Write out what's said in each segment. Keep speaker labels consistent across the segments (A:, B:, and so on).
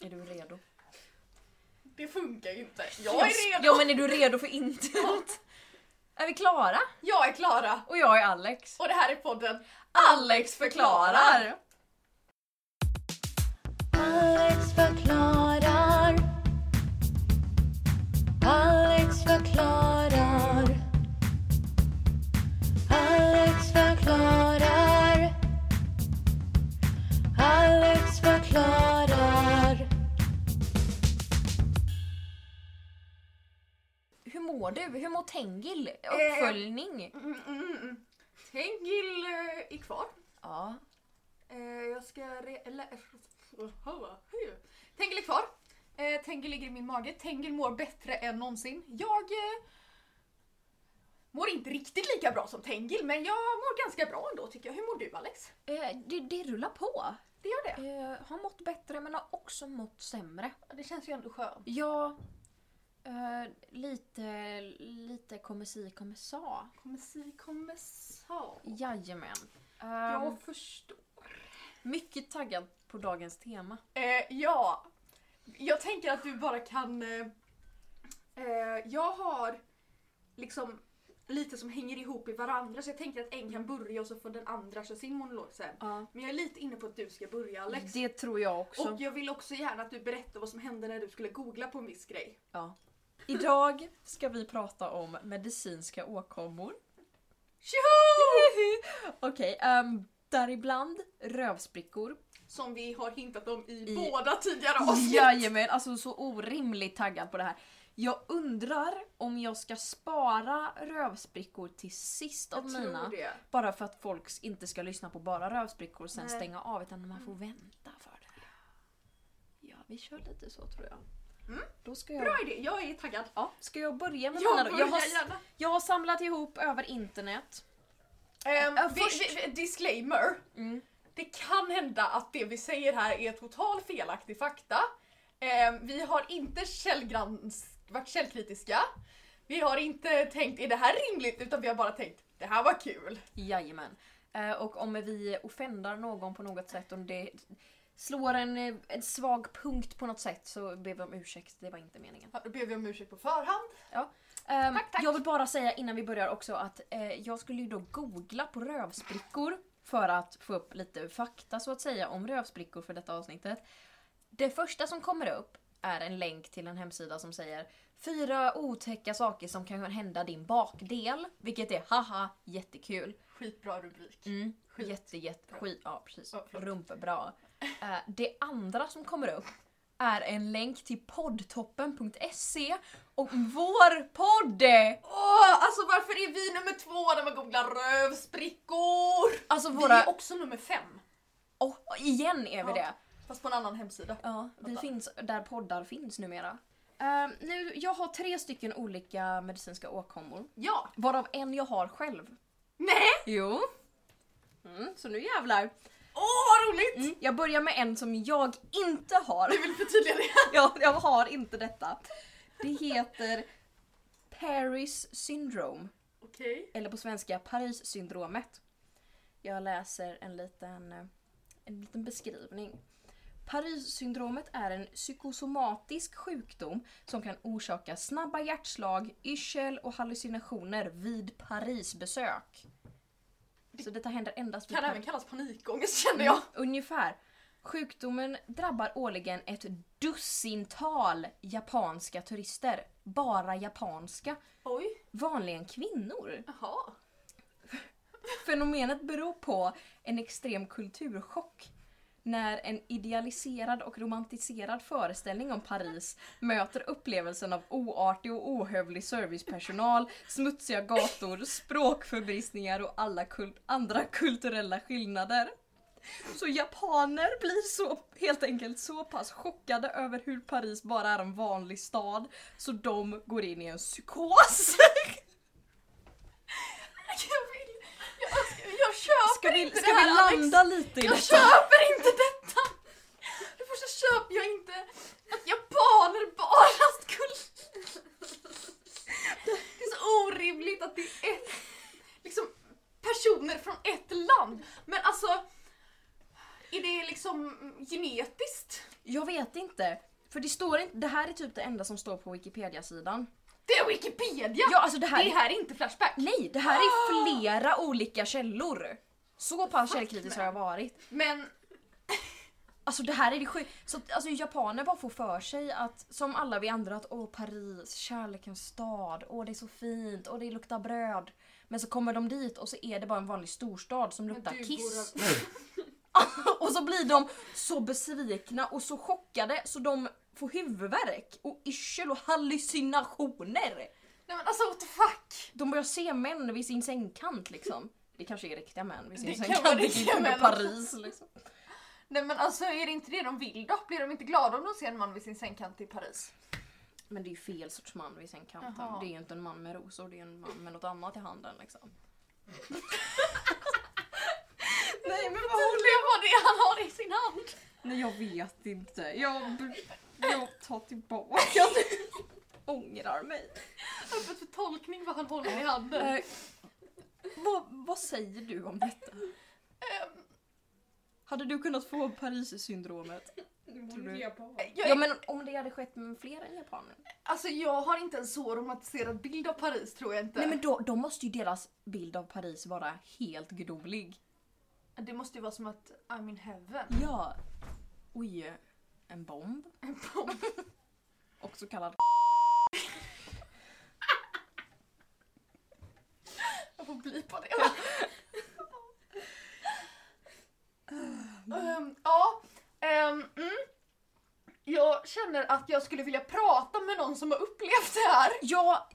A: Är du redo?
B: Det funkar ju inte. Jag är redo!
A: Ja men är du redo för internet? Är vi klara?
B: Jag är Klara!
A: Och jag är Alex.
B: Och det här är podden
A: Alex förklarar!
C: Alex förklarar. Alex förklarar. Alex förklarar. Alex förklarar.
A: Hur mår du? Hur mår Tengil? Uppföljning?
B: Mm, mm, mm. Tengil eh, är kvar.
A: Ja.
B: Eh, jag ska... Re- eller... eh, Tengil är kvar. Eh, Tengil ligger i min mage. Tengil mår bättre än någonsin. Jag eh, mår inte riktigt lika bra som Tengil, men jag mår ganska bra ändå tycker jag. Hur mår du Alex?
A: Eh, Det, det rullar på.
B: Det gör det.
A: Eh, har mått bättre men har också mått sämre.
B: Det känns ju ändå skönt.
A: Ja, eh, lite, lite kommer si kommer sa.
B: Kommer si, kommer sa.
A: Jajamän. Eh,
B: Jag förstår.
A: Mycket taggad på dagens tema.
B: Eh, ja, jag tänker att du bara kan... Eh, eh, jag har liksom lite som hänger ihop i varandra så jag tänker att en kan börja och så får den andra köra sin monolog sen.
A: Ja.
B: Men jag är lite inne på att du ska börja Alex.
A: Det tror jag Mm, också.
B: Och jag vill också gärna att du berättar vad som hände när du skulle googla på en viss grej.
A: Ja. Idag ska vi prata om medicinska åkommor. Okej, ehm, däribland rövsprickor.
B: Som vi har hintat om i,
A: I-
B: båda tidigare avsnitt.
A: Jajamän, alltså så orimligt taggad på det här. Jag undrar om jag ska spara rövsprickor till sist av
B: jag tror
A: mina.
B: det.
A: Bara för att folk inte ska lyssna på bara rövsprickor och sen
B: Nej.
A: stänga av utan man får vänta för det. här. Mm. Ja, vi kör lite så tror jag. Då ska jag...
B: Bra idé, jag är taggad.
A: Ja, ska jag börja med mina
B: Jag
A: då?
B: börjar
A: Jag har,
B: gärna.
A: jag har samlat ihop över internet.
B: Ehm,
A: Ja,
B: vi,
A: först-
B: vi, vi, disclaimer.
A: Mm.
B: Det kan hända att det vi säger här är totalt felaktig fakta. Ehm, vi har inte källgrans- varit källkritiska. Vi har inte tänkt är det här rimligt utan vi har bara tänkt det här var kul.
A: Jajamän. Eh, Och om vi offendar någon på något sätt, om det slår en, eh, en svag punkt på något sätt så ber vi om ursäkt, det var inte meningen.
B: Ja, Då ber vi om ursäkt på förhand.
A: Ehm,
B: Tack, tack.
A: Jag vill bara säga innan vi börjar också att eh, jag skulle ju då googla på rövsprickor för att få upp lite fakta så att säga om rövsprickor för detta avsnittet. Det första som kommer upp är en länk till en hemsida som säger Fyra otäcka saker som kan hända din bakdel. Vilket är haha jättekul.
B: Skitbra rubrik.
A: Mm.
B: Skit.
A: Jätte, jätte, skit. Ja, precis.
B: Ja, förlåt.
A: Rumpebra. Eh, det andra som kommer upp är en länk till poddtoppen.se om vår podd!
B: Åh, alltså varför är vi nummer två när man googlar rövsprickor?
A: Alltså
B: Vi
A: våra...
B: är också nummer fem.
A: Åh, igen är vi
B: Ja.
A: det.
B: Fast på en annan hemsida.
A: Ja, vi
B: Vänta.
A: finns där poddar finns numera. Eh, nu, jag har tre stycken olika medicinska åkommor.
B: Ja.
A: Varav en jag har själv.
B: Nej!
A: Jo. Mm, så nu jävlar.
B: Åh vad roligt!
A: Mm, jag börjar med en som jag inte har.
B: Du vill förtydliga det?
A: jag, jag har inte detta. Det heter Paris syndrome,
B: Okej.
A: eller på svenska Paris-syndromet. Jag läser en liten, eh, en liten beskrivning. Paris-syndromet är en psykosomatisk sjukdom som kan orsaka snabba hjärtslag, yrsel och hallucinationer vid Parisbesök. Så detta händer endast vid
B: Kan
A: Paris.
B: även kallas panikångest känner
A: Mm.
B: jag.
A: Ungefär. Sjukdomen drabbar årligen ett dussintal japanska turister. Bara japanska.
B: Oj.
A: Vanligen kvinnor.
B: Jaha.
A: Fenomenet beror på en extrem kulturchock. När en idealiserad och romantiserad föreställning om Paris möter upplevelsen av oartig och ohövlig servicepersonal, smutsiga gator, språkförbristningar och alla kul- andra kulturella skillnader. Så japaner blir så, helt enkelt så pass chockade över hur Paris bara är en vanlig stad så de går in i en psykos.
B: Jag vill... Jag, önskar- jag köper
A: Ska vi,
B: inte
A: ska
B: det
A: vi
B: här
A: landa lite i
B: Jag
A: detta?
B: köper inte detta! Det första köper jag inte att japaner bara skulle... Det är så orimligt att det är ett, liksom, personer från ett land. Men alltså, är det liksom genetiskt?
A: Jag vet inte. För det står inte, det här är typ det enda som står på Wikipedia-sidan.
B: Det är Wikipedia!
A: Ja, alltså det här... Ah!
B: Det här är inte Flashback.
A: Nej, det här är flera olika källor. Så pass källkritisk har jag varit.
B: Men
A: Alltså det här är det sjukt. Så att, alltså japaner bara får för sig att, som alla vi andra, att åh Paris, kärlekens stad, åh det är så fint, åh det luktar bröd. Men så kommer de dit och så är det bara en vanlig storstad som luktar
B: du
A: kiss.
B: går av-
A: Och så blir de så besvikna och så chockade så de får huvudvärk och yrsel och hallucinationer.
B: Nej men alltså what the fuck!
A: De börjar se män vid sin sängkant liksom. Det kanske är riktiga män vid sin
B: Det kan
A: sängkant,
B: vara
A: det
B: riktiga
A: är inte
B: män.
A: Paris liksom.
B: Nej men alltså är det inte det de vill då? Blir de inte glada om de ser en man vid sin sängkant i Paris?
A: Men det är ju fel sorts man vid sängkanten.
B: Jaha.
A: Det är ju inte en man med rosor, det är en man med något annat i handen liksom. Nej men vad håller
B: Det var det han har i sin hand!
A: Nej jag vet inte. Jag, jag tar tillbaka det. Ångrar mig.
B: Öppet för tolkning vad han håller i handen.
A: Eh, vad, vad säger du om detta?
B: Ehm,
A: Hade du kunnat få Paris-syndromet?
D: Du
A: Tror du-
D: borde ge på.
B: Eh, jag,
A: Ja men om det hade skett med fler än japaner?
B: Alltså jag har inte en så romantiserad bild av Paris tror jag inte.
A: Nej men då, då måste ju deras bild av Paris vara helt gudomlig.
B: Det måste ju vara som att I'm in heaven.
A: Ja. Oj, en bomb.
B: En bomb.
A: Och så kallad
B: Jag får bli på det. Ehm, ja. ehm, mm. Jag känner att jag skulle vilja prata med någon som har upplevt det här.
A: Ja,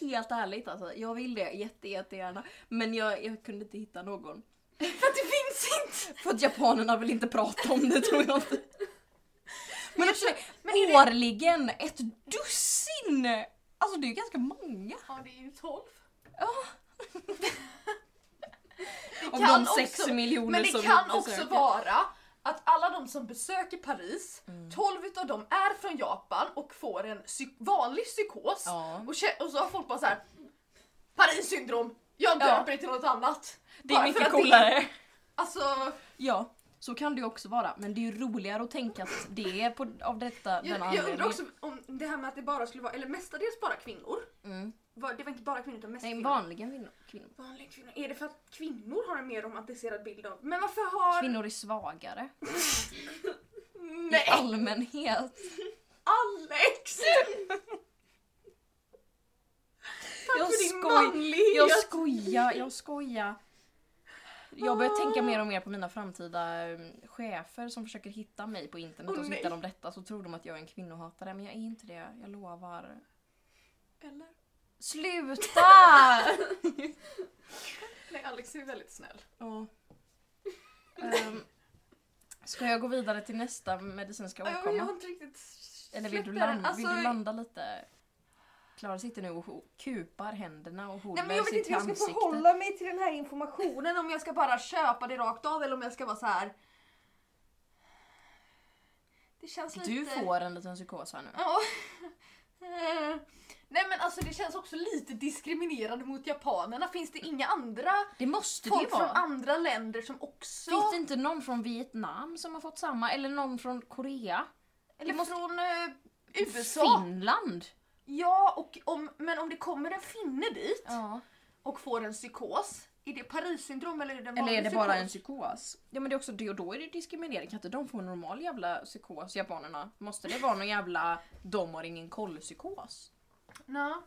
A: helt ärligt alltså. Jag vill det jätte, jättegärna. Men jag, jag kunde inte hitta någon.
B: För att det finns inte!
A: För att japanerna vill inte prata om det tror jag inte. Men också
B: men är det-
A: årligen ett dussin! Alltså det är ju ganska många.
B: Ja, det är ju 12.
A: Ja.
B: Det
A: Av
B: kan
A: de sex
B: också-
A: miljoner
B: Men det
A: som
B: kan
A: besöker.
B: också vara att alla de som besöker Paris,
A: Mm.
B: 12 utav dem är från Japan och får en psyk- vanlig psykos.
A: Ja.
B: Och, kä- och så har folk bara så här. Paris syndrom, jag
A: Ja.
B: döper det till något annat.
A: Det är
B: Bara för
A: mycket
B: att
A: coolare.
B: Alltså,
A: Ja, så kan det ju också vara. Men det är ju roligare att tänka att det är på, av detta, denna
B: jag, jag
A: anledningen.
B: undrar också om det här med att det bara skulle vara, eller mestadels bara kvinnor.
A: Mm.
B: Var- Det var inte bara kvinnor utan mest
A: Nej,
B: kvinnor.
A: vanligen kvinnor. Kvinnor,
B: Vanliga kvinnor. Är det för att kvinnor har en mer romantiserad bild av... Men varför har...
A: kvinnor är svagare.
B: Nej!
A: I allmänhet.
B: Alex! Tack
A: Jag
B: för din
A: skoj-
B: manlighet!
A: Jag skojar, jag skojar. Jag börjar tänka mer och mer på mina framtida eh, chefer som försöker hitta mig på internet
B: Åh,
A: och så
B: nej.
A: hittar de detta så tror de att jag är en kvinnohatare men jag är inte det, jag lovar.
B: Eller?
A: Sluta!
B: Nej, Alex är väldigt snäll.
A: Ja. Ehm, ska jag gå vidare till nästa medicinska
B: Jag, jag har
A: åkomma?
B: inte riktigt
A: Eller vill du,
B: släppt det här.
A: landa, vill du
B: Alltså,
A: landa lite? Klara sitter nu och ho- kupar händerna och
B: Nej
A: håller
B: men jag vet
A: sitt
B: inte hur jag ska
A: ansikte.
B: förhålla mig till den här informationen. Om jag ska bara köpa det rakt av eller om jag ska vara så här. Det känns lite...
A: Du får en liten psykos här nu.
B: Ja. Eh, Nej men alltså det känns också lite diskriminerande mot japanerna. Finns det inga andra
A: Det måste
B: folk
A: det ju
B: från
A: vara.
B: andra länder som också...
A: Finns det inte någon från Vietnam som har fått samma? Eller någon från Korea?
B: Eller
A: måste-
B: från eh, USA?
A: Finland?
B: Ja, och om, men om det kommer en finne dit
A: Ja.
B: och får en psykos, är det Paris-syndrom eller är det en
A: Eller
B: vanlig
A: är det bara en
B: psykos?
A: psykos? Ja men det är också det och då är det diskriminering. Kan inte de få en normal jävla psykos, japanerna? Måste det vara någon jävla de har ingen koll psykos?
B: Ja.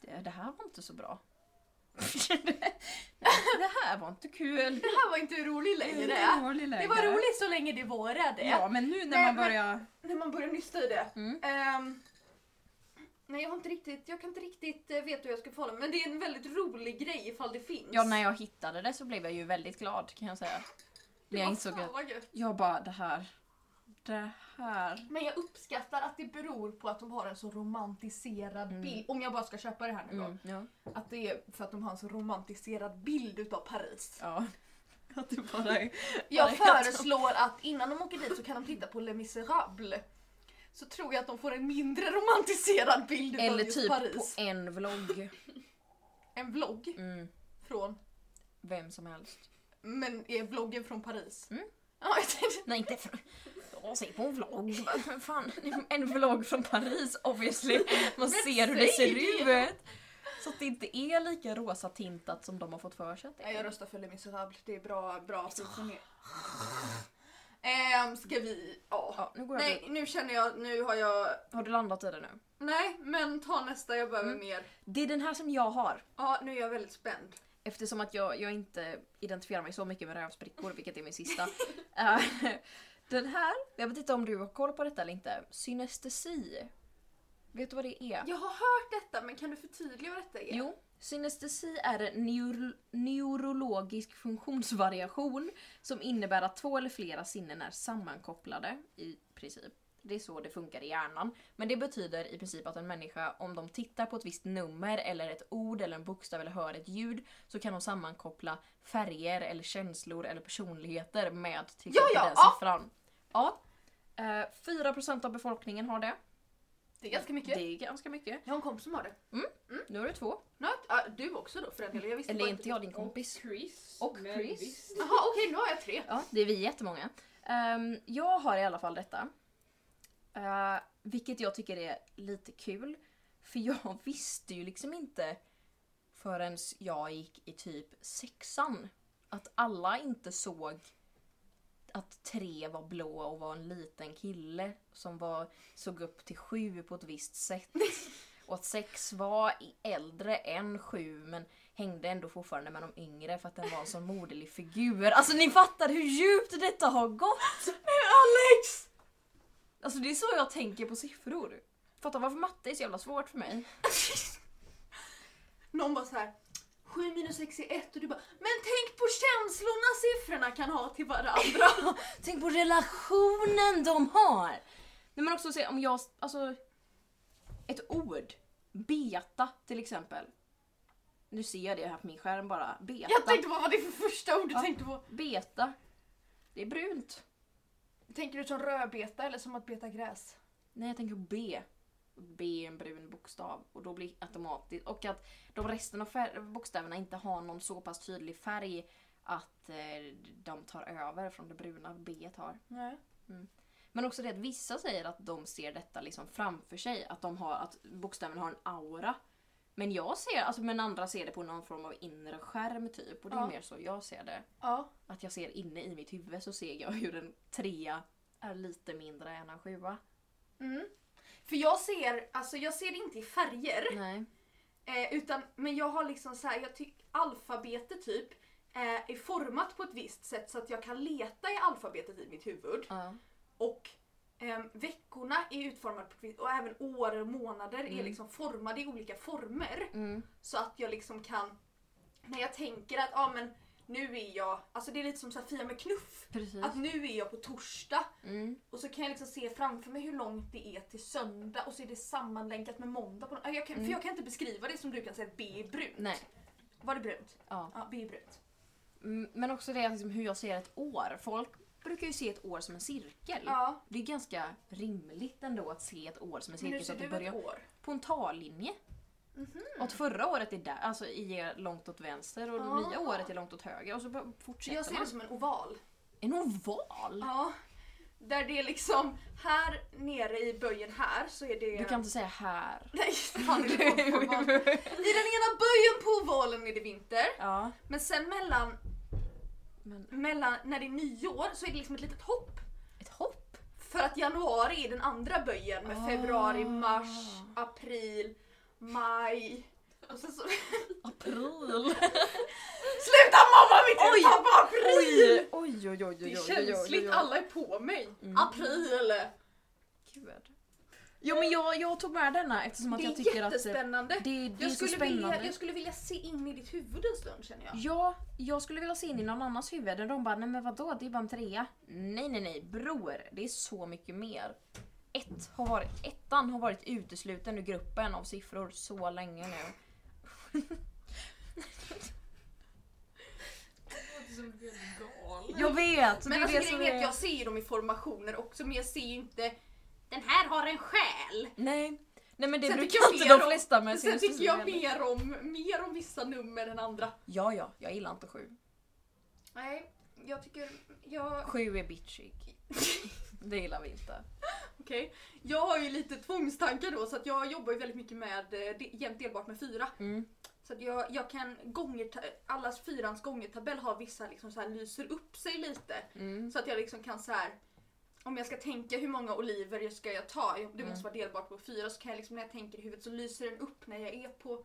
A: Det, det här var inte så bra. det här var inte kul.
B: Det här var inte roligt längre. Det var roligt så länge det var det.
A: Mm. Ja men nu när
B: Nej,
A: man
B: men-
A: börjar...
B: När man börjar nysta i det.
A: Mm.
B: Ehm, nej, jag, har inte riktigt, jag kan inte riktigt eh, veta hur jag ska förhålla mig. Men det är en väldigt rolig grej ifall det finns.
A: Ja när jag hittade det så blev jag ju väldigt glad kan jag säga. När jag
B: Vad
A: insåg
B: fan
A: att
B: vad gött.
A: jag bara det här. Det här.
B: Men jag uppskattar att det beror på att de har en så romantiserad bild. Om jag bara ska köpa det här nu då.
A: Mm, ja.
B: Att det är för att de har en så romantiserad bild utav Paris.
A: Ja. Att du bara är...
B: Jag
A: Ja, jag
B: föreslår att innan de åker dit så kan de titta på Les Misérables. Så tror jag att de får en mindre romantiserad bild utav
A: Eller
B: just
A: typ
B: Paris.
A: på en vlogg.
B: En vlogg
A: Mm,
B: från...
A: vem som helst.
B: Men är vloggen från Paris?
A: Mm.
B: Ja, jag tänkte,
A: Nej inte från... jag ser på en vlogg. Vad Fan, en vlogg från Paris obviously. Man ser hur det
B: säg
A: ser ut. Så att det inte är lika rosa tintat som de har fått för sig att det
B: Nej, jag
A: är.
B: röstar för Les Misérables. Det är bra, bra tidning. Ehm, ska vi... Ja.
A: Ja, nu går jag
B: Nej,
A: vidare.
B: nu känner jag... Nu har jag...
A: Har du landat i det nu?
B: Nej, men ta nästa. Jag behöver
A: Mm.
B: mer.
A: Det är den här som jag har.
B: Ja, nu är jag väldigt spänd.
A: Eftersom att jag, jag inte identifierar mig så mycket med rövsprickor, vilket är min sista. Eh, den här, jag vet inte om du har koll på detta eller inte. Synestesi. Vet du vad det är?
B: Jag har hört detta, men kan du förtydliga vad detta är?
A: Jo, synestesi är en neuro- neurologisk funktionsvariation som innebär att två eller flera sinnen är sammankopplade i princip. Det är så det funkar i hjärnan. Men det betyder i princip att en människa, om de tittar på ett visst nummer eller ett ord eller en bokstav eller hör ett ljud så kan de sammankoppla färger eller känslor eller personligheter med till
B: Ja,
A: exempel
B: ja,
A: den
B: ja.
A: siffran. Ja. Eh, 4% av befolkningen har det.
B: Det är ganska mycket.
A: Det är ganska mycket.
B: Jag har en kompis som har det.
A: Nu har du två.
B: Något, ja, du också då för den delen. Jag visste
A: Eller
B: bara
A: är inte jag din kompis?
D: Chris.
A: Och
D: men
A: Chris.
D: visst.
B: Jaha, okej nu har jag tre.
A: Ja, det är vi jättemånga. Ehm, jag har i alla fall detta. Eh, vilket jag tycker är lite kul. För jag visste ju liksom inte förrän jag gick i typ sexan att alla inte såg att tre var blå och var en liten kille som var, såg upp till sju på ett visst sätt. Och att sex var i- äldre än sju men hängde ändå fortfarande med de yngre för att den var en sån moderlig figur. Alltså ni fattar hur djupt detta har gått!
B: Alex!
A: Alltså det är så jag tänker på siffror. Fattar varför matte är så jävla svårt för mig.
B: Någon bara så här. 7 minus 6 är 1 och du bara Men tänk på känslorna siffrorna kan ha till varandra.
A: Tänk på relationen de har! Nej men också se om jag, alltså ett ord. Beta till exempel. Nu ser jag det här på min skärm bara. Beta.
B: jag tänkte på vad det är för första ord du
A: Ja.
B: tänkte på.
A: Beta. Det är brunt.
B: Tänker du som rödbeta eller som att beta gräs?
A: Nej, jag tänker på B. B är en brun bokstav och då blir automatiskt... Och att de resten av fär- bokstäverna inte har någon så pass tydlig färg att eh, de tar över från det bruna B har.
B: Nej.
A: Men också det att vissa säger att de ser detta liksom framför sig, att, de har, att bokstäverna har en aura. Men jag ser, alltså men andra ser det på någon form av inre skärm typ och det är
B: Ja.
A: mer så jag ser det.
B: Ja.
A: Att jag ser inne i mitt huvud så ser jag hur en trea är lite mindre än en sjua.
B: Mm. För jag ser, alltså jag ser det inte i färger.
A: Nej.
B: Eh, utan, men jag har liksom så här, jag tycker alfabetet typ eh, är format på ett visst sätt så att jag kan leta i alfabetet i mitt huvud.
A: Ja.
B: Och ehm, veckorna är utformade på ett visst- och även år och månader är
A: Mm.
B: liksom formade i olika former.
A: Mm.
B: Så att jag liksom kan, när jag tänker att ah, men nu är jag, alltså det är lite som Safia med knuff.
A: Precis.
B: Att nu är jag på torsdag
A: Mm.
B: och så kan jag liksom se framför mig hur långt det är till söndag och så är det sammanlänkat med måndag. På, Ah, jag kan, För jag kan inte beskriva det som du kan säga att B är brunt.
A: Mm. Nej.
B: Var det brunt?
A: Ja.
B: Ja, B är brunt.
A: Mm, Men också det liksom hur jag ser ett år. Folk brukar ju se ett år som en cirkel.
B: Ja.
A: Det är ganska rimligt ändå att se ett år som en
B: Men hur
A: cirkel så
B: ser
A: att det
B: du Mhm. ett
A: börjar
B: år?
A: på en tallinje. Och att förra året är där, alltså är långt åt vänster och det
B: Ah.
A: nya året är långt åt höger och så bara fortsätter
B: Jag ser
A: man.
B: det som en oval.
A: En oval!
B: Ja. Där det är liksom, här nere i böjen här så är det...
A: Du kan inte säga här.
B: Nej, fan, det är det oval. I den ena böjen på ovalen är det vinter.
A: ja,
B: Men sen mellan,
A: men
B: mellan, när det är nyår så är det liksom ett litet hopp.
A: ett hopp?
B: För att januari är den andra böjen med
A: Ah.
B: februari, mars, april, maj. Och sen så...
A: April!
B: Sluta mamma! Mitt
A: Oj!
B: pappa april!
A: Oj, Mm. oj, oj, oj, oj,
B: Det
A: oj,
B: är
A: oj, oj,
B: känsligt,
A: oj.
B: alla är på mig. April!
A: Gud. Jo men jag, jag tog med denna eftersom att
B: Det
A: jag
B: är
A: tycker att... eh,
B: jättespännande.
A: Det, det är
B: jag,
A: så
B: skulle
A: spännande.
B: vilja, jag skulle vilja se in i ditt huvud en stund känner jag.
A: Ja, jag skulle vilja se in i någon annans huvud och de bara nej men vadå det är bara en trea. Nej nej nej bror, det är så mycket mer. Ett har varit, ettan har varit utesluten ur gruppen av siffror så länge nu.
D: Det låter som att du är gal.
A: Jag vet!
B: Men alltså grejen är att jag ser ju dem i formationer också men jag ser ju inte den här har en själ.
A: Nej. nej men det
B: Sen tycker
A: brukar
B: jag
A: inte
B: mer
A: de
B: om-
A: flesta med
B: Sen tycker jag
A: heller.
B: mer om, mer om vissa nummer än andra.
A: Ja ja, jag gillar inte sju.
B: Nej, jag tycker... Jag...
A: Sju är bitchig. Det gillar vi inte.
B: Okej. Jag har ju lite tvångstankar då så att jag jobbar ju väldigt mycket med eh, de- jämnt delbart med fyra.
A: Mm.
B: Så att jag, jag kan gånger, allas fyrans gångertabell har vissa liksom så här lyser upp sig lite.
A: Mm.
B: Så att jag liksom kan så här. Om jag ska tänka hur många oliver jag ska jag ta, jag-
A: Mm.
B: det måste vara delbart på fyra, så kan jag liksom när jag tänker i huvudet så lyser den upp när jag är på,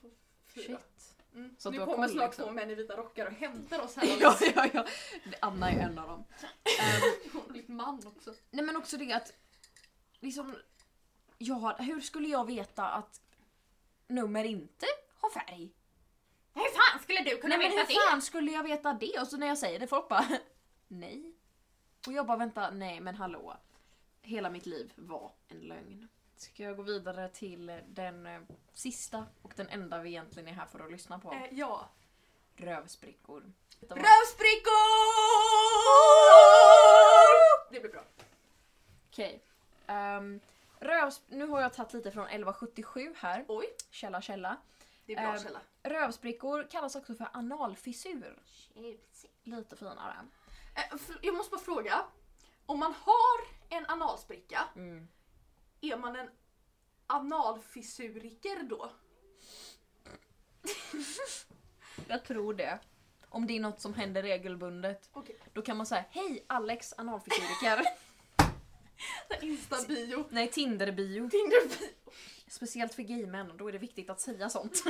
B: på fyra.
A: Shit.
B: Mm.
A: Så att
B: nu
A: du har
B: kommer
A: koll,
B: snart
A: liksom.
B: två män i vita rockar och hämtar oss här.
A: Ja, ja, ja. Anna är en av dem. Ehm,
B: Hon är lite man också.
A: nej men också det att... Liksom, jag har, hur skulle jag veta att nummer inte har färg?
B: Hur fan skulle du
A: Nej men hur fan skulle jag veta det? Och så när jag säger det, folk bara nej. Och jag bara vänta, nej men hallå. Hela mitt liv var en lögn. Ska jag gå vidare till den eh, sista och den enda vi egentligen är här för att lyssna på?
B: Eh, ja.
A: Rövsprickor. Detta var-
B: Rövsprickor! Det blir bra.
A: Okej. Um, rövs- nu har jag tagit lite från 1177 här.
B: Oj,
A: Källa, källa.
B: det är bra
A: Ehm,
B: källa.
A: Rövsprickor kallas också för analfissur. Lite finare.
B: Eh, fl- Jag måste bara fråga. Om man har en analspricka,
A: Mm.
B: är man en analfissuriker då?
A: Jag tror det. Om det är något som händer regelbundet.
B: Okej.
A: Då kan man säga hej Alex analfysiker.
B: Insta-bio.
A: Nej Tinder-bio.
B: Tinder-bio.
A: Speciellt för gaymän och då är det viktigt att säga sånt.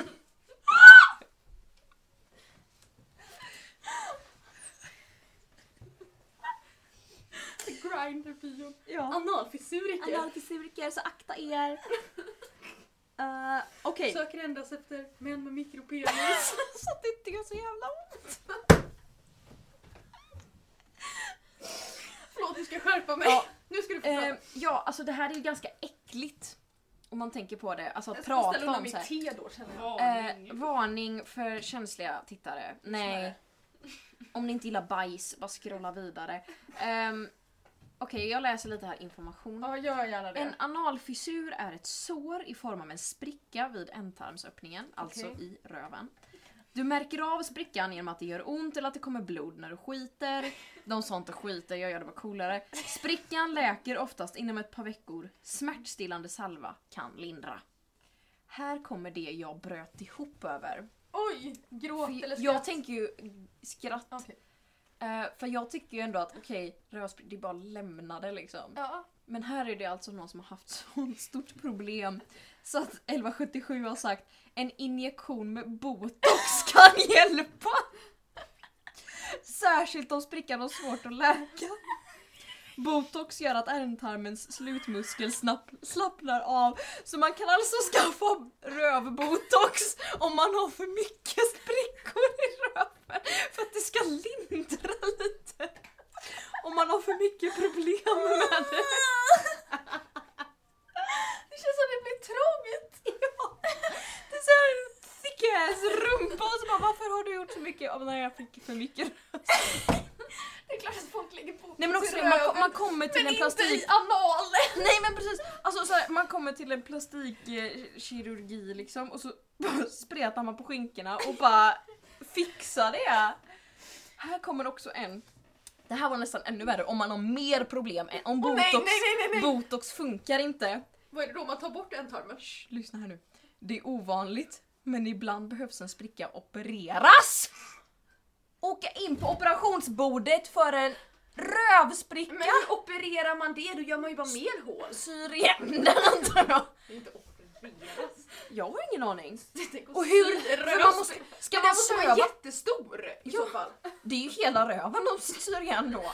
B: Grindr-bion.
A: Ja.
B: Analfissuriker.
A: Analfysiker så akta er. Eh, Okej.
B: Söker endast efter män med mikropenis.
A: Så att det inte gör så jävla ont.
B: Förlåt, nu ska jag skärpa mig.
A: Ja.
B: Nu ska du få prata.
A: Eh, ja alltså det här är ju ganska äckligt. Om man tänker på det. Alltså
B: jag
A: att
B: ska ställa
A: prata
B: undan
A: om så
B: mitt
A: här.
B: te då känner jag.
D: Varning.
A: Eh, varning för känsliga tittare. Nej. Om ni inte gillar bajs, bara scrolla vidare. Ehm, Okej, jag läser lite här information.
B: Ja, gör gärna det.
A: En analfissur är ett sår i form av en spricka vid ändtarmsöppningen, alltså
B: Okej.
A: i röven. Du märker av sprickan genom att det gör ont eller att det kommer blod när du skiter. De sa inte skiter, jag gör det bara coolare. Sprickan läker oftast inom ett par veckor. Smärtstillande salva kan lindra. Här kommer det jag bröt ihop över.
B: Oj! Gråt
A: För
B: eller
A: jag tänker ju skratt.
B: Okej.
A: Eh, för jag tycker ju ändå att okej, rövspr- det är bara lämnade liksom.
B: Ja.
A: Men här är det alltså någon som har haft sånt stort problem så att 1177 har sagt en injektion med botox kan hjälpa. Särskilt om sprickan har svårt att läka. Botox gör att ändtarmens slutmuskel snapp, slappnar av så man kan alltså skaffa rövbotox om man har för mycket sprickor i röven för att det ska lindra lite. Om man har för mycket problem med det.
B: Det känns som det blir trångt.
A: Ja. Det är så här thick ass rumpa och så bara varför har du gjort så mycket? Ja men nej, jag fick för mycket.
B: Det är klart att folk lägger på
A: Nej men också
B: sig
A: det, man,
B: röven.
A: ko- man kommer till
B: Men
A: en plastik...
B: inte i analen!
A: Nej men precis! Alltså så här, man kommer till en plastikkirurgi liksom och så bara spretar man på skinkorna och bara fixar det. Här kommer också en. Det här var nästan ännu värre om man har mer problem än om
B: Åh,
A: botox.
B: nej, nej, nej, nej, nej.
A: Botox funkar inte.
B: Vad är det då man tar bort en tarmen?
A: Shh, lyssna här nu. Det är ovanligt, men ibland behövs en spricka opereras! Åka in på operationsbordet för en rövspricka!
B: Men hur opererar man det? Då gör man ju bara mer hål.
A: Syr igen den antar jag.
B: Alltså, Det är inte opereras.
A: Jag har ingen aning.
B: Tänk att
A: Och hur?
B: sy en
A: För
B: röv-
A: man måste, ska
B: Den
A: man
B: måste vara
A: söva?
B: jättestor i så fall.
A: Det är ju hela röven de syr igen då.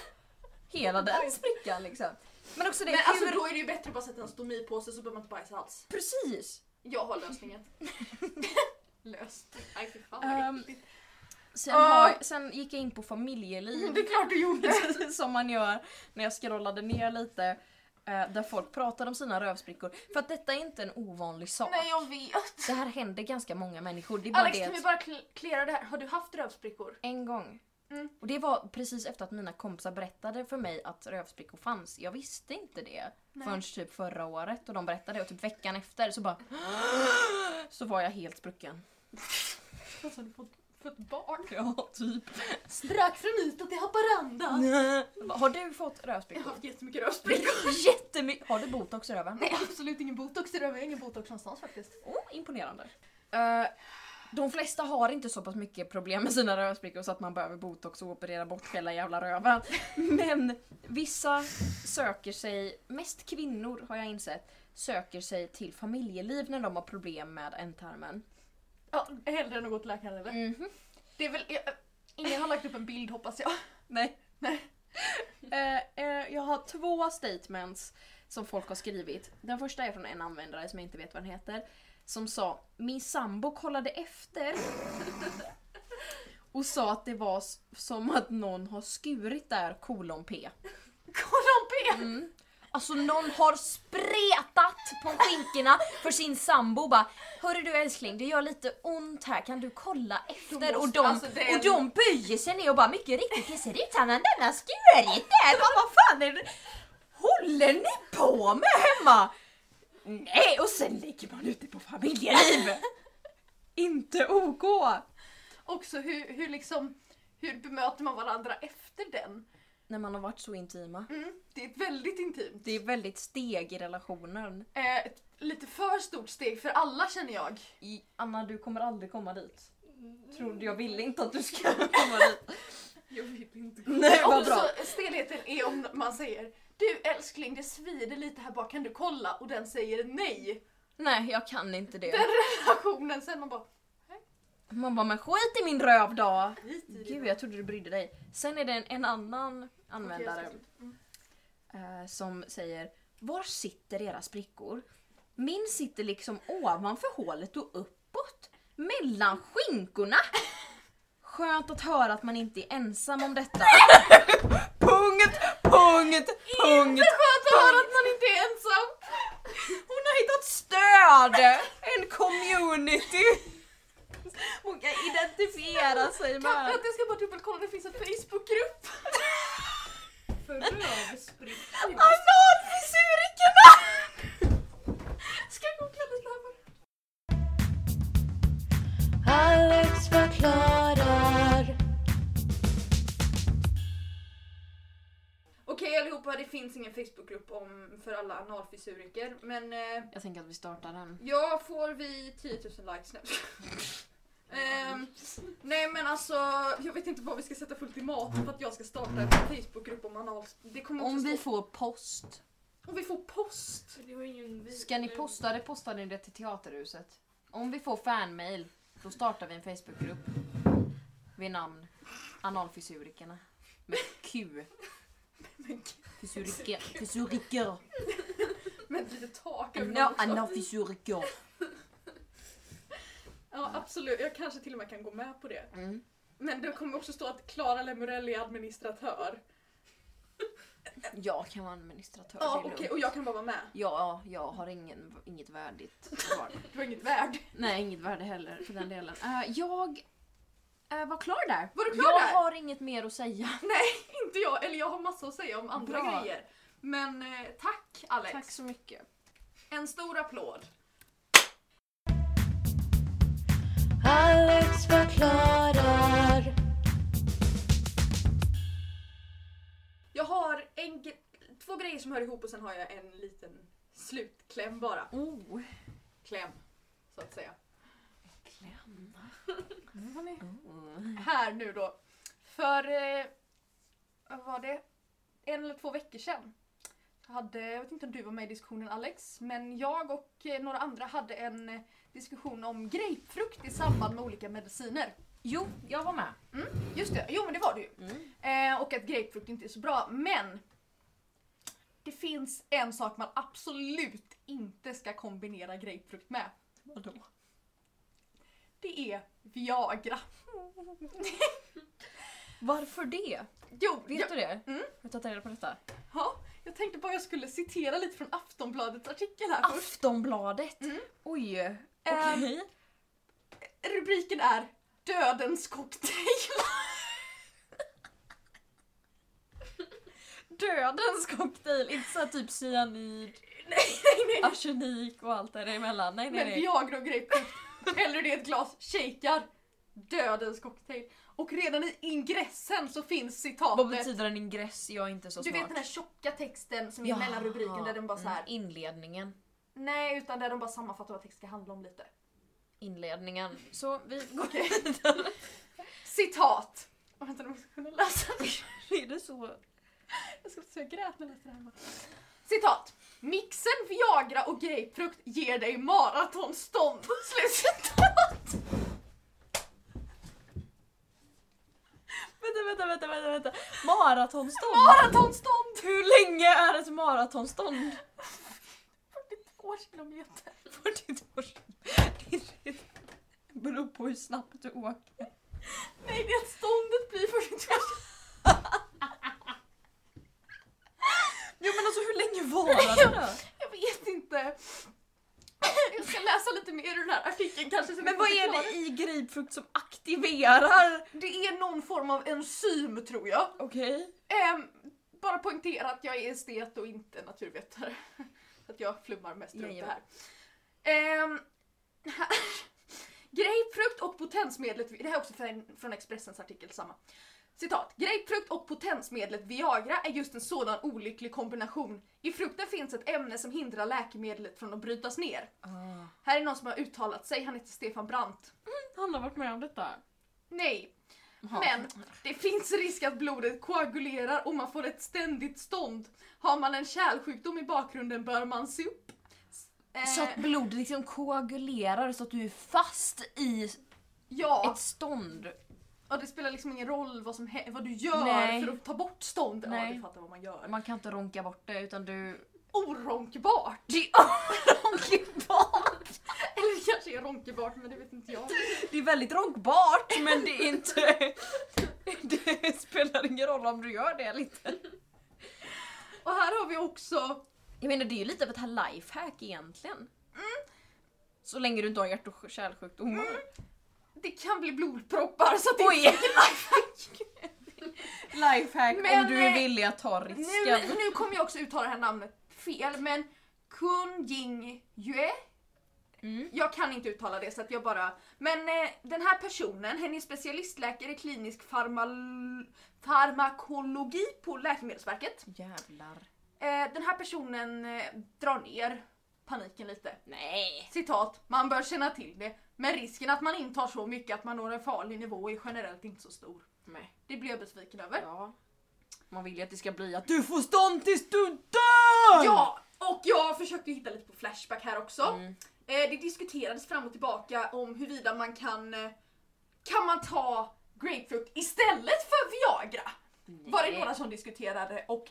A: Hela den sprickan liksom. Men också det,
B: Men alltså
A: hur...
B: då är det ju bättre att bara sätta en stomipåse så behöver man inte bajsa alls.
A: Precis!
B: Jag har lösningen. Löst. Nej fy fan
A: Ehm,
B: vad äckligt.
A: Sen,
B: Ah.
A: har, sen gick jag in på familjeliv.
B: Det är klart du gjorde.
A: som man gör när jag scrollade ner lite eh, där folk pratade om sina rövsprickor. För att detta är inte en ovanlig sak.
B: Nej jag vet.
A: Det här händer ganska många människor. Det är bara
B: Alex
A: det
B: kan vi
A: att
B: bara kl- klära det här? Har du haft rövsprickor?
A: en gång.
B: Mm.
A: Och det var precis efter att mina kompisar berättade för mig att rövsprickor fanns. Jag visste inte det
B: Nej.
A: förrän typ förra året och de berättade och typ veckan efter så bara så var jag helt sprucken.
B: Alltså, har du fått För ett barn.
A: Ja, typ.
B: Strök från Ystad till Haparanda.
A: Har du fått
B: Jag har
A: rövsprickor?
B: haft jättemycket röstbrickor.
A: Jättemycket! Har du botox i röven?
B: Nej absolut ingen botox i röven, jag har ingen botox någonstans faktiskt.
A: Oh, imponerande. Eh, de flesta har inte så pass mycket problem med sina rövsprickor så att man behöver botox och operera bort hela jävla röven. Men vissa söker sig, mest kvinnor har jag insett, söker sig till familjeliv när de har problem med ändtarmen. Mhm.
B: Ja, hellre än att gå till läkaren eller? Det är väl... Jag, ingen har lagt upp en bild hoppas jag.
A: Nej.
B: Nej.
A: Eh, eh, jag har två statements som folk har skrivit. Den första är från en användare som jag inte vet vad den heter. Som sa “Min sambo kollade efter” och sa att det var s- som att någon har skurit där kolon P.
B: Kolla om
A: Mm. Alltså någon har spretat på skinkorna för sin sambo och bara “Hörru du älskling, det gör lite ont här, kan du kolla efter?”
B: De måste-
A: och, de,
B: alltså, det är-
A: och de böjer sig ner och bara “Mycket riktigt, det ser ut som att den har skurit där, vad, vad fan är det? håller ni på med hemma?” Nej, och sen lägger man ut det på familjeliv! Inte OK!
B: Också hur, hur liksom... Hur bemöter man varandra efter den?
A: När man har varit så intima.
B: Mm, det är väldigt intimt.
A: Det är väldigt steg i relationen.
B: Eh, ett lite för stort steg för alla känner jag.
A: I- Anna, du kommer aldrig komma dit. Trodde jag ville inte att du ska komma dit.
D: Jag vill inte gå.
A: Nej, vad
B: Och
A: bra.
B: så stelheten är om man säger Du älskling det svider lite här bak, kan du kolla? Och den säger nej.
A: Nej, jag kan inte det.
B: Den relationen sen man bara
A: Man bara, men skit i min röv då!
B: skit i det.
A: Gud, jag trodde du brydde dig. Sen är det en, en annan
B: Okej, jag
A: användare
B: ska sluta. Mm.
A: eh, som säger Var sitter era sprickor? Min sitter liksom ovanför hålet och uppåt. Mellan skinkorna. Skönt att höra att man inte är ensam om detta. punkt, punkt, punkt.
B: Skönt att höra att man inte är ensam!
A: Hon har hittat stöd! En community! Hon kan identifiera sig
B: Kan,
A: med.
B: vänta, jag ska bara dubbelkolla, det finns en Facebookgrupp!
D: För rövsprickor.
A: Analfissurikerna!
B: Ska jag googla lite här bara?
C: Alex förklarar.
B: Okej allihopa, det finns ingen Facebookgrupp om, för alla analfissuriker men eh,
A: Jag tänker att vi startar den.
B: ja, får vi 10 000 likes nu? Ehm, nej men alltså, jag vet inte vad vi ska sätta för ultimatum för att jag ska starta en Facebookgrupp om anal... Det kommer också
A: Om vi
B: stå-
A: får post.
B: om vi får post!
D: Det var ingen vi-
A: Ska ni posta det postar ni det till Teaterhuset. Om vi får fanmail, då startar vi en Facebookgrupp. Vid namn Analfissurikerna. Med Q.
B: Men,
A: Fissuriker. Fissuriker.
B: men lite tak över
A: Ana-
B: också.
A: Analfissuriker.
B: Ja absolut, jag kanske till och med kan gå med på det.
A: Mm.
B: Men det kommer också stå att Klara Lemurelli är administratör.
A: Jag kan vara administratör. det är
B: Ja okej,
A: lugnt.
B: och jag kan bara vara med.
A: Ja, jag har ingen, inget värdigt svar.
B: Du har inget värd.
A: Nej, inget värde heller för den delen. Eh, jag eh, var klar där.
B: Var du klar
A: jag
B: där?
A: har inget mer att säga.
B: Inte jag, eller jag har massa att säga om andra
A: Bra.
B: grejer. Men eh, tack Alex.
A: Tack så mycket.
B: En stor applåd.
C: Alex förklarar.
B: Jag har en, gre- två grejer som hör ihop och sen har jag en liten slutkläm bara.
A: Oh,
B: Kläm, så att säga.
A: klämma.
B: Här nu då. För, eh, vad var det? En eller två veckor sedan. Hade, jag vet inte om du var med i diskussionen Alex, men jag och eh, några andra hade en eh, diskussion om grapefrukt i samband med olika mediciner.
A: Jo, jag var med.
B: Just det, jo men det var det ju.
A: Mm.
B: Eh, och att grapefrukt inte är så bra. Men det finns en sak man absolut inte ska kombinera grapefrukt med.
A: Vadå?
B: Det är Viagra.
A: Varför det?
B: Jo,
A: Vet
B: jag,
A: du det?
B: Mm.
A: Har du tagit reda på detta?
B: ja, jag tänkte bara jag skulle citera lite från Aftonbladets artikel här först.
A: Aftonbladet.
B: Mm.
A: Oj.
B: Okej.
A: Ehm,
B: Eh, Rubriken är Dödens cocktail.
A: Dödens cocktail. Inte så här typ cyanid,
B: nej, nej, nej.
A: arsenik och allt däremellan. Nej, nej,
B: Men
A: nej.
B: Viagra och grapefrukt. Häller du det i ett glas, shakar. dödens cocktail. Och redan i ingressen så
A: Vad
B: finns citatet.
A: betyder en ingress? Jag är inte så
B: Du
A: smart.
B: vet den här tjocka texten som är mellan rubriken där den bara så här.
A: Mm, Inledningen.
B: Nej, utan där de bara sammanfattar vad text ska handla om lite.
A: Inledningen. Så vi går
B: Okej.
A: vidare.
B: Citat! Och vänta, nu måste jag kunna läsa.
A: Är det så?
B: Jag ska försöka grät när jag läste det här. Citat. Mixen Viagra och grapefrukt ger dig maratonstånd. Slutcitat.
A: Vänta, vänta, vänta, vänta, vänta. Maratonstånd?
B: Maratonstånd!
A: Hur länge är ett maratonstånd?
B: 42 kilometer.
A: 42 Det beror på hur snabbt du åker.
B: Nej, det är att ståndet blir 42 kilometer.
A: Jo men alltså hur länge var det då?
B: Jag vet inte. Jag ska läsa lite mer ur den här artikeln kanske. så vi
A: Men vad
B: kommer
A: är
B: klara
A: det i grapefrukt som aktiverar?
B: Det är någon form av enzym tror jag.
A: Okej.
B: Ehm, bara poängtera att jag är estet och inte naturvetare. Så att jag flummar mest runt det här.
A: Jajamän.
B: Ehm, här. Grapefrukt och potensmedlet, det här är också från- från Expressens artikel, samma. Citat. Grapefrukt och potensmedlet Viagra är just en sådan olycklig kombination. I frukten finns ett ämne som hindrar läkemedlet från att brytas ner.
A: Ah.
B: Här är någon som har uttalat sig, han heter Stefan Brandt.
A: Han har varit med om detta.
B: Nej,
A: Jaha.
B: men det finns risk att blodet koagulerar och man får ett ständigt stånd. Har man en kärlsjukdom i bakgrunden bör man se upp. Eh,
A: Så att blod liksom koagulerar så att du är fast i
B: ja,
A: ett stånd.
B: och det spelar liksom ingen roll vad, som hä- vad du gör
A: Nej.
B: för att ta bort stånd. Ja,
A: Nej.
B: du fattar vad man gör.
A: Man kan inte ronka bort det utan du...
B: Oronkbart!
A: Det är ronkbart!
B: Eller det kanske är ronkebart men det vet inte jag.
A: Det är väldigt ronkbart men det är inte... Det spelar ingen roll om du gör det eller inte.
B: Och här har vi också...
A: Jag menar det är ju lite av ett här lifehack egentligen. Mm. Så länge du inte har hjärt och kärlsjukdomar.
B: Det kan bli blodproppar så att det
A: Mm. Oj! Lifehack
B: Men,
A: om du är
B: eh,
A: villig att ta
B: Nu,
A: risken.
B: nu kommer jag också uttala det här namnet fel, men Kun Jing Yue.
A: Mm.
B: Jag kan inte uttala det så att jag bara... Men eh, den här personen, hen är specialistläkare i klinisk farmal- farmakologi på Läkemedelsverket.
A: Jävlar.
B: Eh, den här personen eh, drar ner paniken lite.
A: Nej.
B: Citat, man bör känna till det, men risken att man intar så mycket att man når en farlig nivå är generellt inte så stor.
A: Nej.
B: Det blir jag besviken över.
A: Ja. Man vill ju att det ska bli att du får stånd tills du dör!
B: Ja, och jag försökte hitta lite på Flashback här också.
A: Mm.
B: Eh, det diskuterades fram och tillbaka om huruvida man kan... eh, Kan man ta grapefrukt istället för Viagra? Var det några som diskuterade och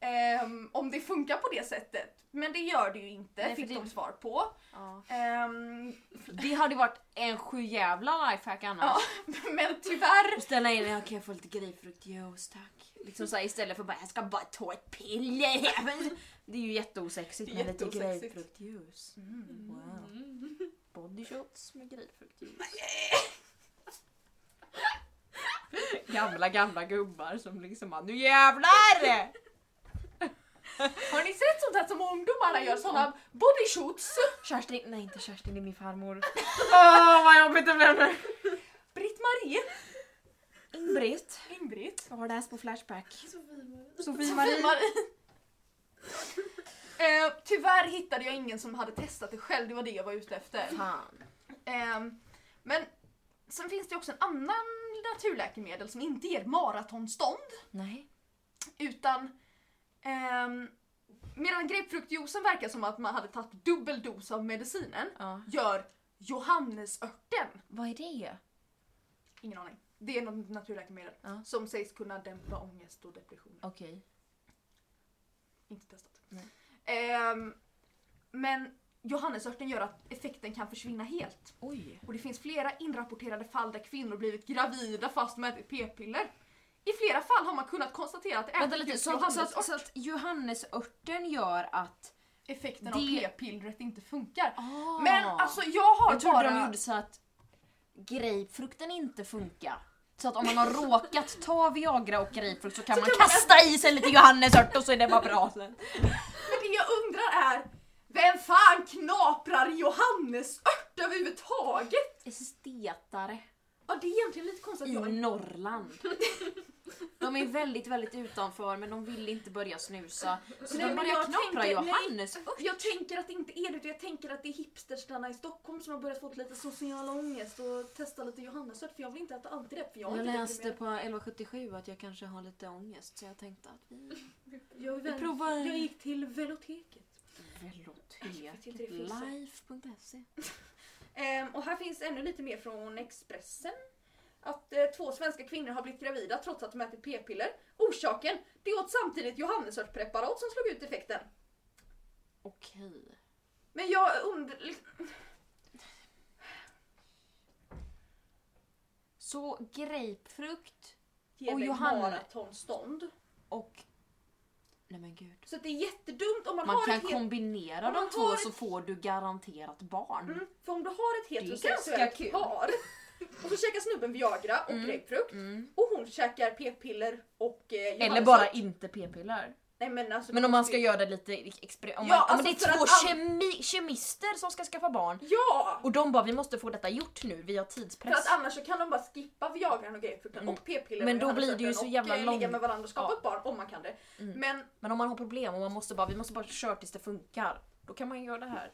B: ehm, om det funkar på det sättet. Men det gör det ju inte,
A: Nej, för
B: fick
A: det-
B: de svar på.
A: Ja.
B: Ehm,
A: Det hade ju varit en sjujävla lifehack annars.
B: ja, men tyvärr.
A: Och ställa in, jag kan få lite grapefruktjuice tack. Liksom så här, istället för bara, jag ska bara ta ett piller. här." Men Det är ju jätteosexigt Mm.
B: Det är
A: med lite
B: jätteosexigt.
A: grapefruktjuice. Wow. Body shots med grapefruktjuice. gamla, gamla gubbar som liksom bara, nu jävlar!
B: Har ni sett sånt här som ungdomarna gör? Såna body shoots?
A: Kerstin, nej inte Kerstin, det är min farmor. Åh vad jobbigt det blev nu!
B: Britt-Marie,
A: Britt,
B: Ingrid,
A: jag har läst på Flashback. Sofie Marie.
B: Sofie-Marie. Eh, tyvärr hittade jag ingen som hade testat det själv, det var det jag var ute efter.
A: Fan.
B: Ehm, men sen finns det också en annan naturläkemedel som inte ger maratonstånd
A: Nej.
B: utan ehm, medan grapefruktjuicen verkar som att man hade tagit dubbel dos av medicinen
A: Ja.
B: gör johannesörten,
A: Vad är det?
B: ingen aning, det är något naturläkemedel
A: Ja.
B: som sägs kunna dämpa ångest och depression.
A: Okej.
B: Inte testat.
A: Nej.
B: Ehm, men johannesörten gör att effekten kan försvinna helt.
A: Oj.
B: Och det finns flera inrapporterade fall där kvinnor blivit gravida fast de ätit p-piller. I flera fall har man kunnat konstatera att
A: Vänta
B: ätit
A: lite,
B: just
A: så, så,
B: johannesört-
A: att, så att johannesörten gör att...
B: effekten av
A: det-
B: p-pillret inte funkar.
A: Ah.
B: Men alltså jag har
A: jag trodde
B: bara...
A: de gjorde så att grapefrukten inte funkar. Så att om man har råkat ta Viagra och grapefrukt så kan man kasta i sig lite johannesört och så är det bara bra sen.
B: Men det jag undrar är, vem fan knaprar johannesört överhuvudtaget?
A: Estetare.
D: Ja, det är egentligen lite konstigt att
E: i
D: jag
A: Mm.
E: Norrland. De är väldigt, väldigt utanför men de vill inte börja snusa. Så
D: Nej,
E: de
D: men
E: börjar
D: jag
E: knappra
D: tänker-
E: Johannes upp.
D: Jag tänker att det inte är det, utan jag tänker att det är hipsterstarna i Stockholm som har börjat få lite social ångest och testa lite Johannesört för jag vill inte äta antidepp för jag har
E: Jag
D: inte
E: läste
D: druckit
E: på 1177 att jag kanske har lite ångest så jag tänkte att vi,
D: mer. Jag,
E: vi
D: väl, jag
E: provar
D: gick till veloteket.
E: veloteklife.se.
D: Ehm, och här finns ännu lite mer från Expressen. Att eh, två svenska kvinnor har blivit gravida trots att de ätit p-piller. Orsaken? De åt samtidigt johannesörtpreparat som slog ut effekten.
E: Okej.
D: Men jag undrar... liksom-
E: Så grapefrukt
D: Ge
E: Och
D: mig
E: Johanne-
D: maratonstånd.
E: och... Nej men gud.
D: Så att det är jättedumt om man,
E: Man
D: har
E: kan
D: ett helt...
E: kombinera
D: om man
E: de
D: har
E: två
D: ett-
E: så får du garanterat barn.
D: Mm, för om du har ett
A: ganska
D: heterosexuellt
A: kul.
D: par och så käkar snubben Viagra och
E: Mm.
D: grapefrukt
E: Mm.
D: och hon käkar p-piller och eh,
A: Eller
D: Johannes-
A: bara inte p-piller.
D: Nej, men, alltså,
A: Men om man ska göra det lite exper- om,
D: Ja,
A: man, om
D: alltså
A: det
D: för
A: är två
D: att all-
A: kemi- kemister som ska skaffa barn
D: Ja!
A: och de bara vi måste få detta gjort nu, vi har
D: För att
A: tidspress.
D: annars så kan de bara skippa Viagran och grapefrukten
E: Mm.
D: och p-piller
A: Men
D: och
A: då blir det ju
D: johannesörten
A: så
D: och,
A: jävla
D: eh, ligga
A: lång-
D: med varandra och skapa
A: Ja.
D: ett barn om man kan det.
A: Mm.
D: Men
A: Men om man har problem och man måste bara, vi måste bara köra tills det funkar. Då kan man göra det här.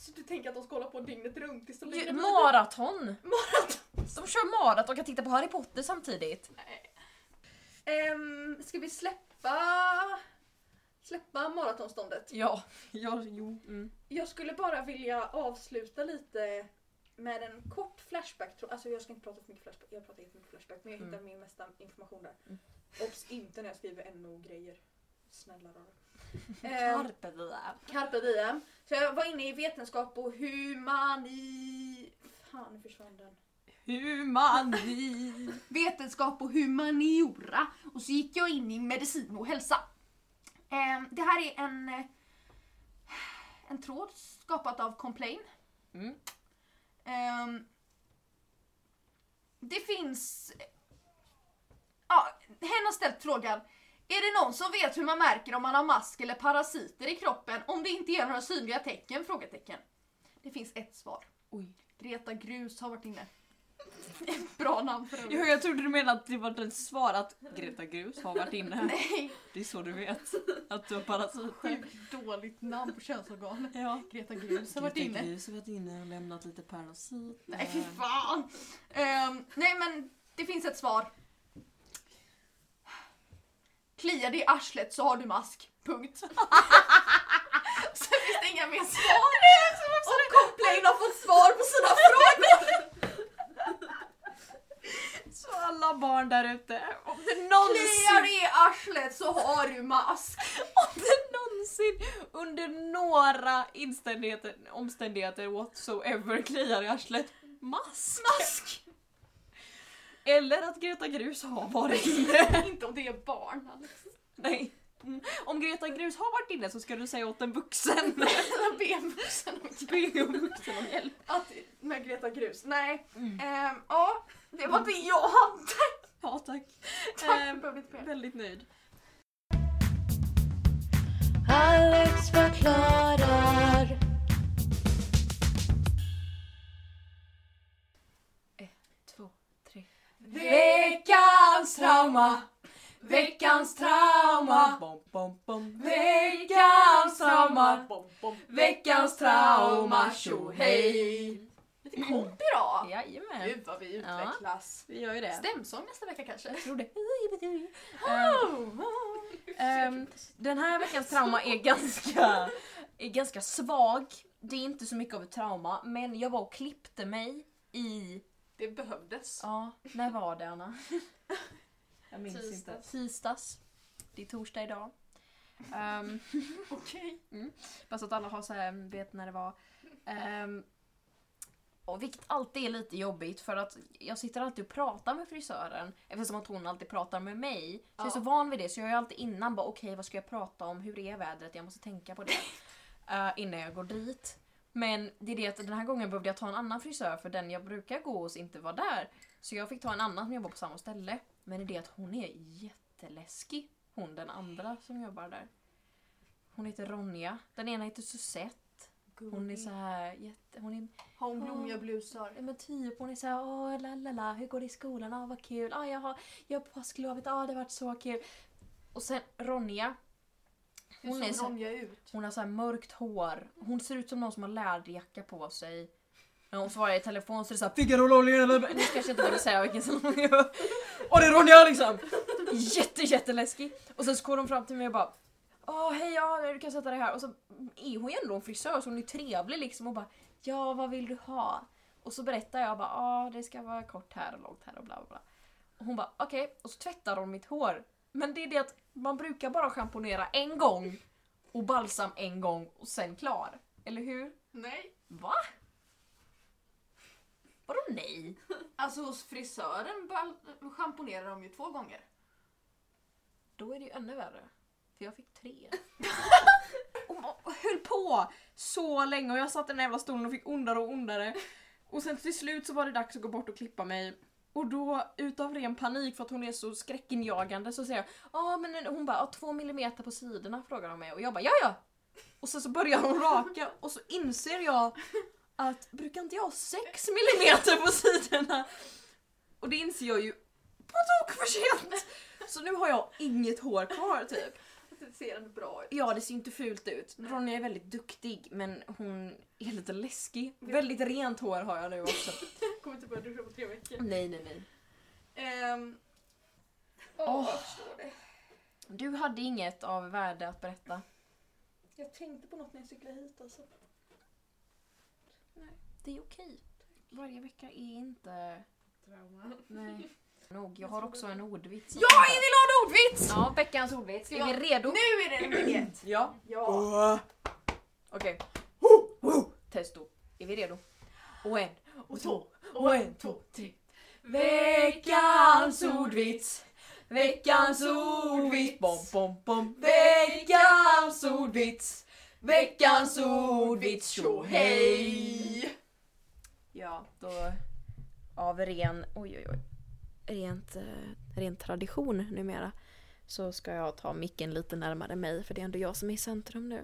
D: så du tänker att de ska hålla på dygnet runt tills de
A: Ju-
D: ligger
A: Maraton! De kör maraton och kan titta på Harry Potter samtidigt.
D: Ehm, Ska vi släppa... Släppa maratonståndet?
A: Ja, ja jo. Mm.
D: Jag skulle bara vilja avsluta lite med en kort flashback. tro- Alltså jag ska inte prata för mycket flashback, jag pratar jättemycket flashback men jag hittar
A: Mm.
D: min mesta information där. Obs! Inte när jag skriver NO-grejer. Snälla rara. Ehm,
A: Carpe diem.
D: Carpe diem. Så jag var inne i vetenskap och humani... Fan, nu försvann den.
A: Humani!
B: vetenskap och humaniora och så gick jag in i medicin och hälsa. Ehm, Det här är en, eh, en tråd skapad av Complain.
A: Mm.
B: Ehm, Det finns... eh, Ja, hen har ställt frågan. Är det någon som vet hur man märker om man har mask eller parasiter i kroppen om det inte ger några synliga tecken? Frågetecken. Det finns ett svar.
A: Oj.
B: Greta Grus har varit inne. Bra namn för övrigt.
A: Jo, jag trodde du menade att det var den svar att Greta Grus har varit inne.
B: Nej,
A: Det är så du vet. Att du har parasiter.
B: sjukt dåligt namn på könsorgan.
A: Ja.
B: Greta Grus har varit
A: Greta
B: inne.
A: Grus har varit inne och lämnat lite parasiter.
B: Nej, fy fan! Ehm, nej, men det finns ett svar. Kliar dig i arslet så har du mask. Punkt. Sen finns det inga mer svar.
D: Och Complain har fått svar på sina frågor!
A: Så alla barn där ute, om det någonsin
B: Kliar dig i arslet så har du mask.
A: om det någonsin under några omständigheter, omständigheter whatsoever kliar i arslet. Mask! Mask! Eller att Greta Grus har varit inne.
B: Inte om det är barn. alltså. Alex.
A: Nej. Mm. Om Greta Grus har varit inne så ska du säga åt en vuxen.
B: Jag ber musen om hjälp.
A: Be om vuxen om hjälp.
B: Att- Med Greta Grus. Nej. Ehm, ja, det var det jag hade.
A: Ja tack.
B: Tack,
A: Ehm,
B: jag behöver inte mer.
A: väldigt nöjd.
C: Alex förklarar.
A: Två, tre.
B: Veckans trauma. Veckans trauma.
A: Bom, bom, bom.
B: Veckans trauma.
A: Veckans trauma, tjo
B: hej. Lite kompi då.
A: Jajamän.
B: Gud vad vi
A: Ja.
B: utvecklas.
A: Vi gör ju det.
B: Stämsång nästa vecka kanske.
A: tror det. Ehm, ehm, den här veckans trauma är ganska, är ganska svag. Det är inte så mycket av ett trauma, men jag var och klippte mig i...
B: Det behövdes.
A: Ja, när var det Anna? Jag minns
D: Tisdags.
A: inte. Tisdags. Det är torsdag idag. Ehm,
B: Okej.
A: Bara så att alla har så här, vet när det var. Ehm, och vilket alltid är lite jobbigt för att jag sitter alltid och pratar med frisören eftersom att hon alltid pratar med mig. Så jag är så van vid det så jag är alltid innan bara okej vad ska jag prata om, hur är vädret, jag måste tänka på det. eh, innan jag går dit. Men det är det att den här gången behövde jag ta en annan frisör för den jag brukar gå hos inte var där. Så jag fick ta en annan som jobbar på samma ställe. Men det är det att hon är jätteläskig. Hon den andra som jobbar där. Hon heter Ronja. Den ena heter Susette. Hon är så här jätte... Hon är
B: Har hon blommiga blusar?
A: Ja, men typ, hon är såhär åh la la la, hur går det i skolan, ah vad kul, ah jag har, jag har påsklovet, ah det har varit så kul. Och sen Ronja,
B: Hur
A: Hon är så-
B: ser Ronja ut?
A: hon har så här mörkt hår, hon ser ut som någon som har läderjacka på sig. När hon svarar i telefon så är det såhär Figaro Lolly, nu kanske jag inte borde säga vilken som hon är. Åh det är Ronja liksom! Jätte jätteläskig. Och sen så går hon fram till mig och bara Åh hej, ja du kan sätta dig här. Och så är hon ju ändå en frisör så hon är trevlig liksom och bara Ja vad vill du ha? Och så berättar jag bara ah det ska vara kort här och långt här och bla bla bla. Och hon bara okej och så tvättar hon mitt hår. Men det är det att man brukar bara schamponera en gång och balsam en gång och sen klar. Eller hur?
B: Nej.
A: Va? Vadå nej?
B: Alltså hos frisören bal- schamponerar de ju två gånger.
A: Då är det ju ännu värre. För jag fick tre. och man höll på så länge och jag satt i den här jävla stolen och fick ondare och ondare. Och sen till slut så var det dags att gå bort och klippa mig. Och då utav ren panik för att hon är så skräckinjagande så säger jag ja men en-" hon bara "Ja, två millimeter på sidorna frågar hon mig och jag bara ja ja. Och sen så börjar hon raka och så inser jag att brukar inte jag ha sex millimeter på sidorna? Och det inser jag ju på tok för sent. Så nu har jag inget hår kvar typ.
D: Det ser ändå bra ut.
A: Ja, det ser ju inte fult ut. Ronja är väldigt duktig, men hon är lite läskig. Väldigt rent hår har jag nu också.
D: Kommer inte börja duscha på tre veckor.
A: nej, nej, nej.
D: Ehm, Ja,
A: Åh.
D: jag förstår det.
A: Du hade inget av värde att berätta.
D: Jag tänkte på något när jag cyklade hit alltså.
A: Det är okej. Varje vecka är inte...
E: Trauma.
A: Nej. Nog. Jag har också en ordvits.
B: Ja, jag vill ha en ordvits!
A: Ja, veckans ordvits. Är
B: Ja.
A: vi redo?
B: Nu är det en vignett.
A: Ja.
D: Ja.
A: Okej. Testo. Är vi redo? Och en, och två, och en, två, tre. Veckans ordvits. Veckans ordvits. Bom, bom, bom. Veckans ordvits. Veckans ordvits. Tjo hej! Ja, då av ren, oj oj oj, rent, eh, ren tradition numera så ska jag ta micken lite närmare mig för det är ändå jag som är i centrum nu.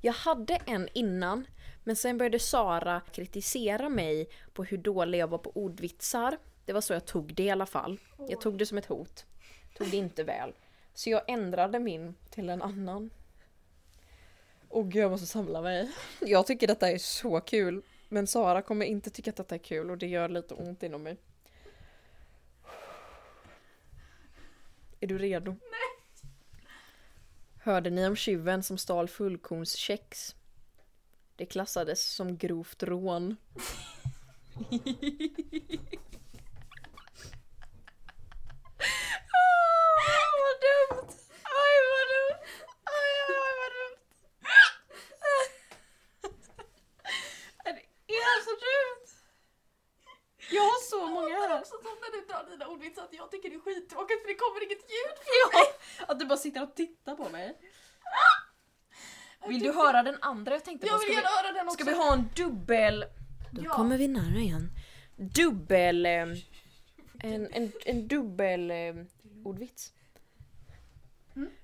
A: Jag hade en innan, men sen började Sara kritisera mig på hur dålig jag var på ordvitsar. Det var så jag tog det i alla fall. Jag tog det som ett hot. Tog det inte väl. Så jag ändrade min till en annan. Åh gud, jag måste samla mig. Jag tycker detta är så kul. Men Sara kommer inte tycka att detta är kul och det gör lite ont inom mig. Är du redo? Hörde ni om tjuven som stal fullkornskex? Det klassades som grovt rån. Åh, vad dumt! Oj, vad dumt! Oj, oj, oj, vad dumt! Det är så dumt! Jag har så många
B: Jag har
A: här.
B: också sånt när du drar dina ordvitsar att jag tycker det är skittråkigt för det kommer inget ljud.
A: Ja, att du bara sitter och tittar på mig. Vill du höra den andra jag tänkte på?
B: Jag
A: Ska
B: vill
A: vi-
B: gärna höra den också.
A: Ska vi ha en dubbel... Då
B: Ja. kommer
A: vi nära igen. Dubbel... eh, En, en, en dubbel eh, ordvits.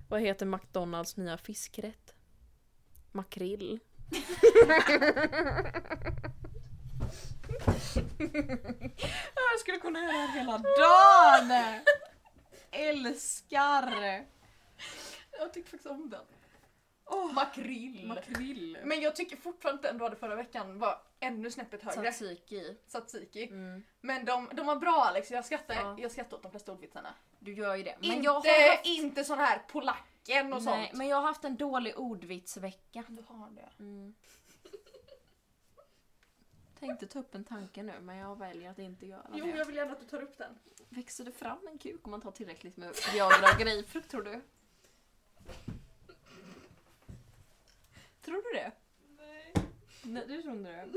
A: Vad heter McDonalds nya fiskrätt? Makrill. jag skulle kunna göra det här hela dagen! Älskar!
B: Jag tyckte faktiskt om den. makrill.
A: Makrill.
B: Men jag tycker fortfarande att den du hade förra veckan var ännu snäppet högre.
A: Tzatziki.
B: Tzatziki.
A: Mm.
B: Men de, de var bra Alex, jag skrattar,
A: Ja.
B: jag skrattar åt de flesta ordvitsarna.
A: Du gör ju det. Men
B: inte,
A: jag har haft...
B: inte sån här polacken och
A: Nej,
B: sånt.
A: men jag har haft en dålig ordvitsvecka.
B: Du har det.
A: Mm. Tänkte ta upp en tanke nu men jag väljer att inte göra
D: Jo,
A: det.
D: jag vill gärna att du tar upp den.
A: Växer det fram en kuk om man tar tillräckligt med Viagra och grejpfrukt tror du? Tror du det? Nej. du tror inte det?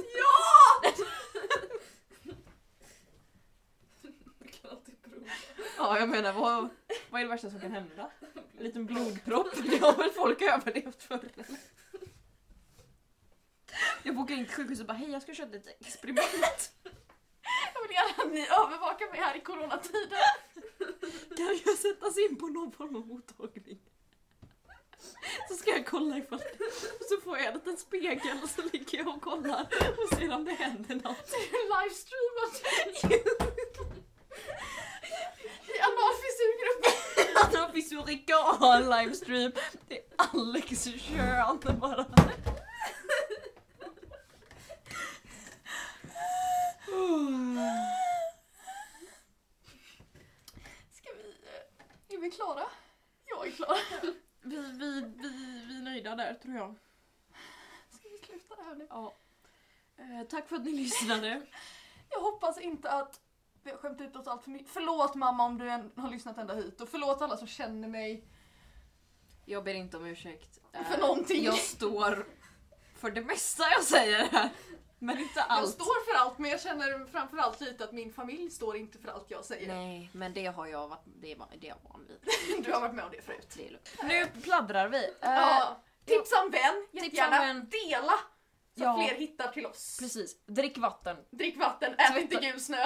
E: Jag kan alltid prova.
A: Ja jag menar vad, vad är det värsta som kan hända? En liten blodpropp, det har väl folk överlevt förr eller? Jag bokar in till sjukhuset och bara hej jag ska köra ett litet experiment.
B: Jag vill gärna att ni övervakar mig här i coronatider.
A: Kan jag sättas in på någon form av mottagning? Så ska jag kolla ifall Och så får jag en liten spegel och så ligger jag och kollar och ser om det händer något.
B: Livestreamat! I analfissurgruppen!
A: Han har livestream. Det är Alex kön bara.
B: Ska vi... eh, Är vi klara? Jag är klar.
A: Vi, vi, vi, vi är nöjda där tror jag.
B: Ska vi sluta det här nu?
A: Ja. Eh, tack för att ni lyssnade.
B: Jag hoppas inte att vi har skämt ut oss allt för mycket. Förlåt mamma om du än har lyssnat ända hit och förlåt alla som känner mig
A: Jag ber inte om ursäkt. Eh,
B: för någonting.
A: Jag står för det mesta jag säger här. Men inte allt.
B: Jag står för allt men jag känner framförallt lite att min familj står inte för allt jag säger.
A: Nej, men det har jag varit, det är, va- det är jag van vid.
B: Du har varit med om det förut.
A: Det är lugnt.
F: Nu pladdrar vi. Eh,
B: ja. Tipsa en vän,
A: Tipsa
B: jättegärna.
A: om en-
B: Dela! Så
F: Ja.
B: att fler hittar till oss.
F: Precis. Drick vatten.
B: Drick vatten, ät
F: Tvätta-
B: inte gul snö.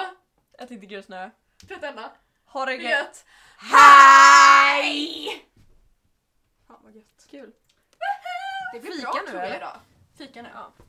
F: Ät inte grusnö.
B: Tvätta händerna.
F: Ha det
B: Det är
F: gött.
B: gött.
A: Hej!
B: Fan vad gött.
F: Kul.
B: Det
F: Fika nu,
B: tror jag,
F: eller?
B: idag. Fika nu. Ja.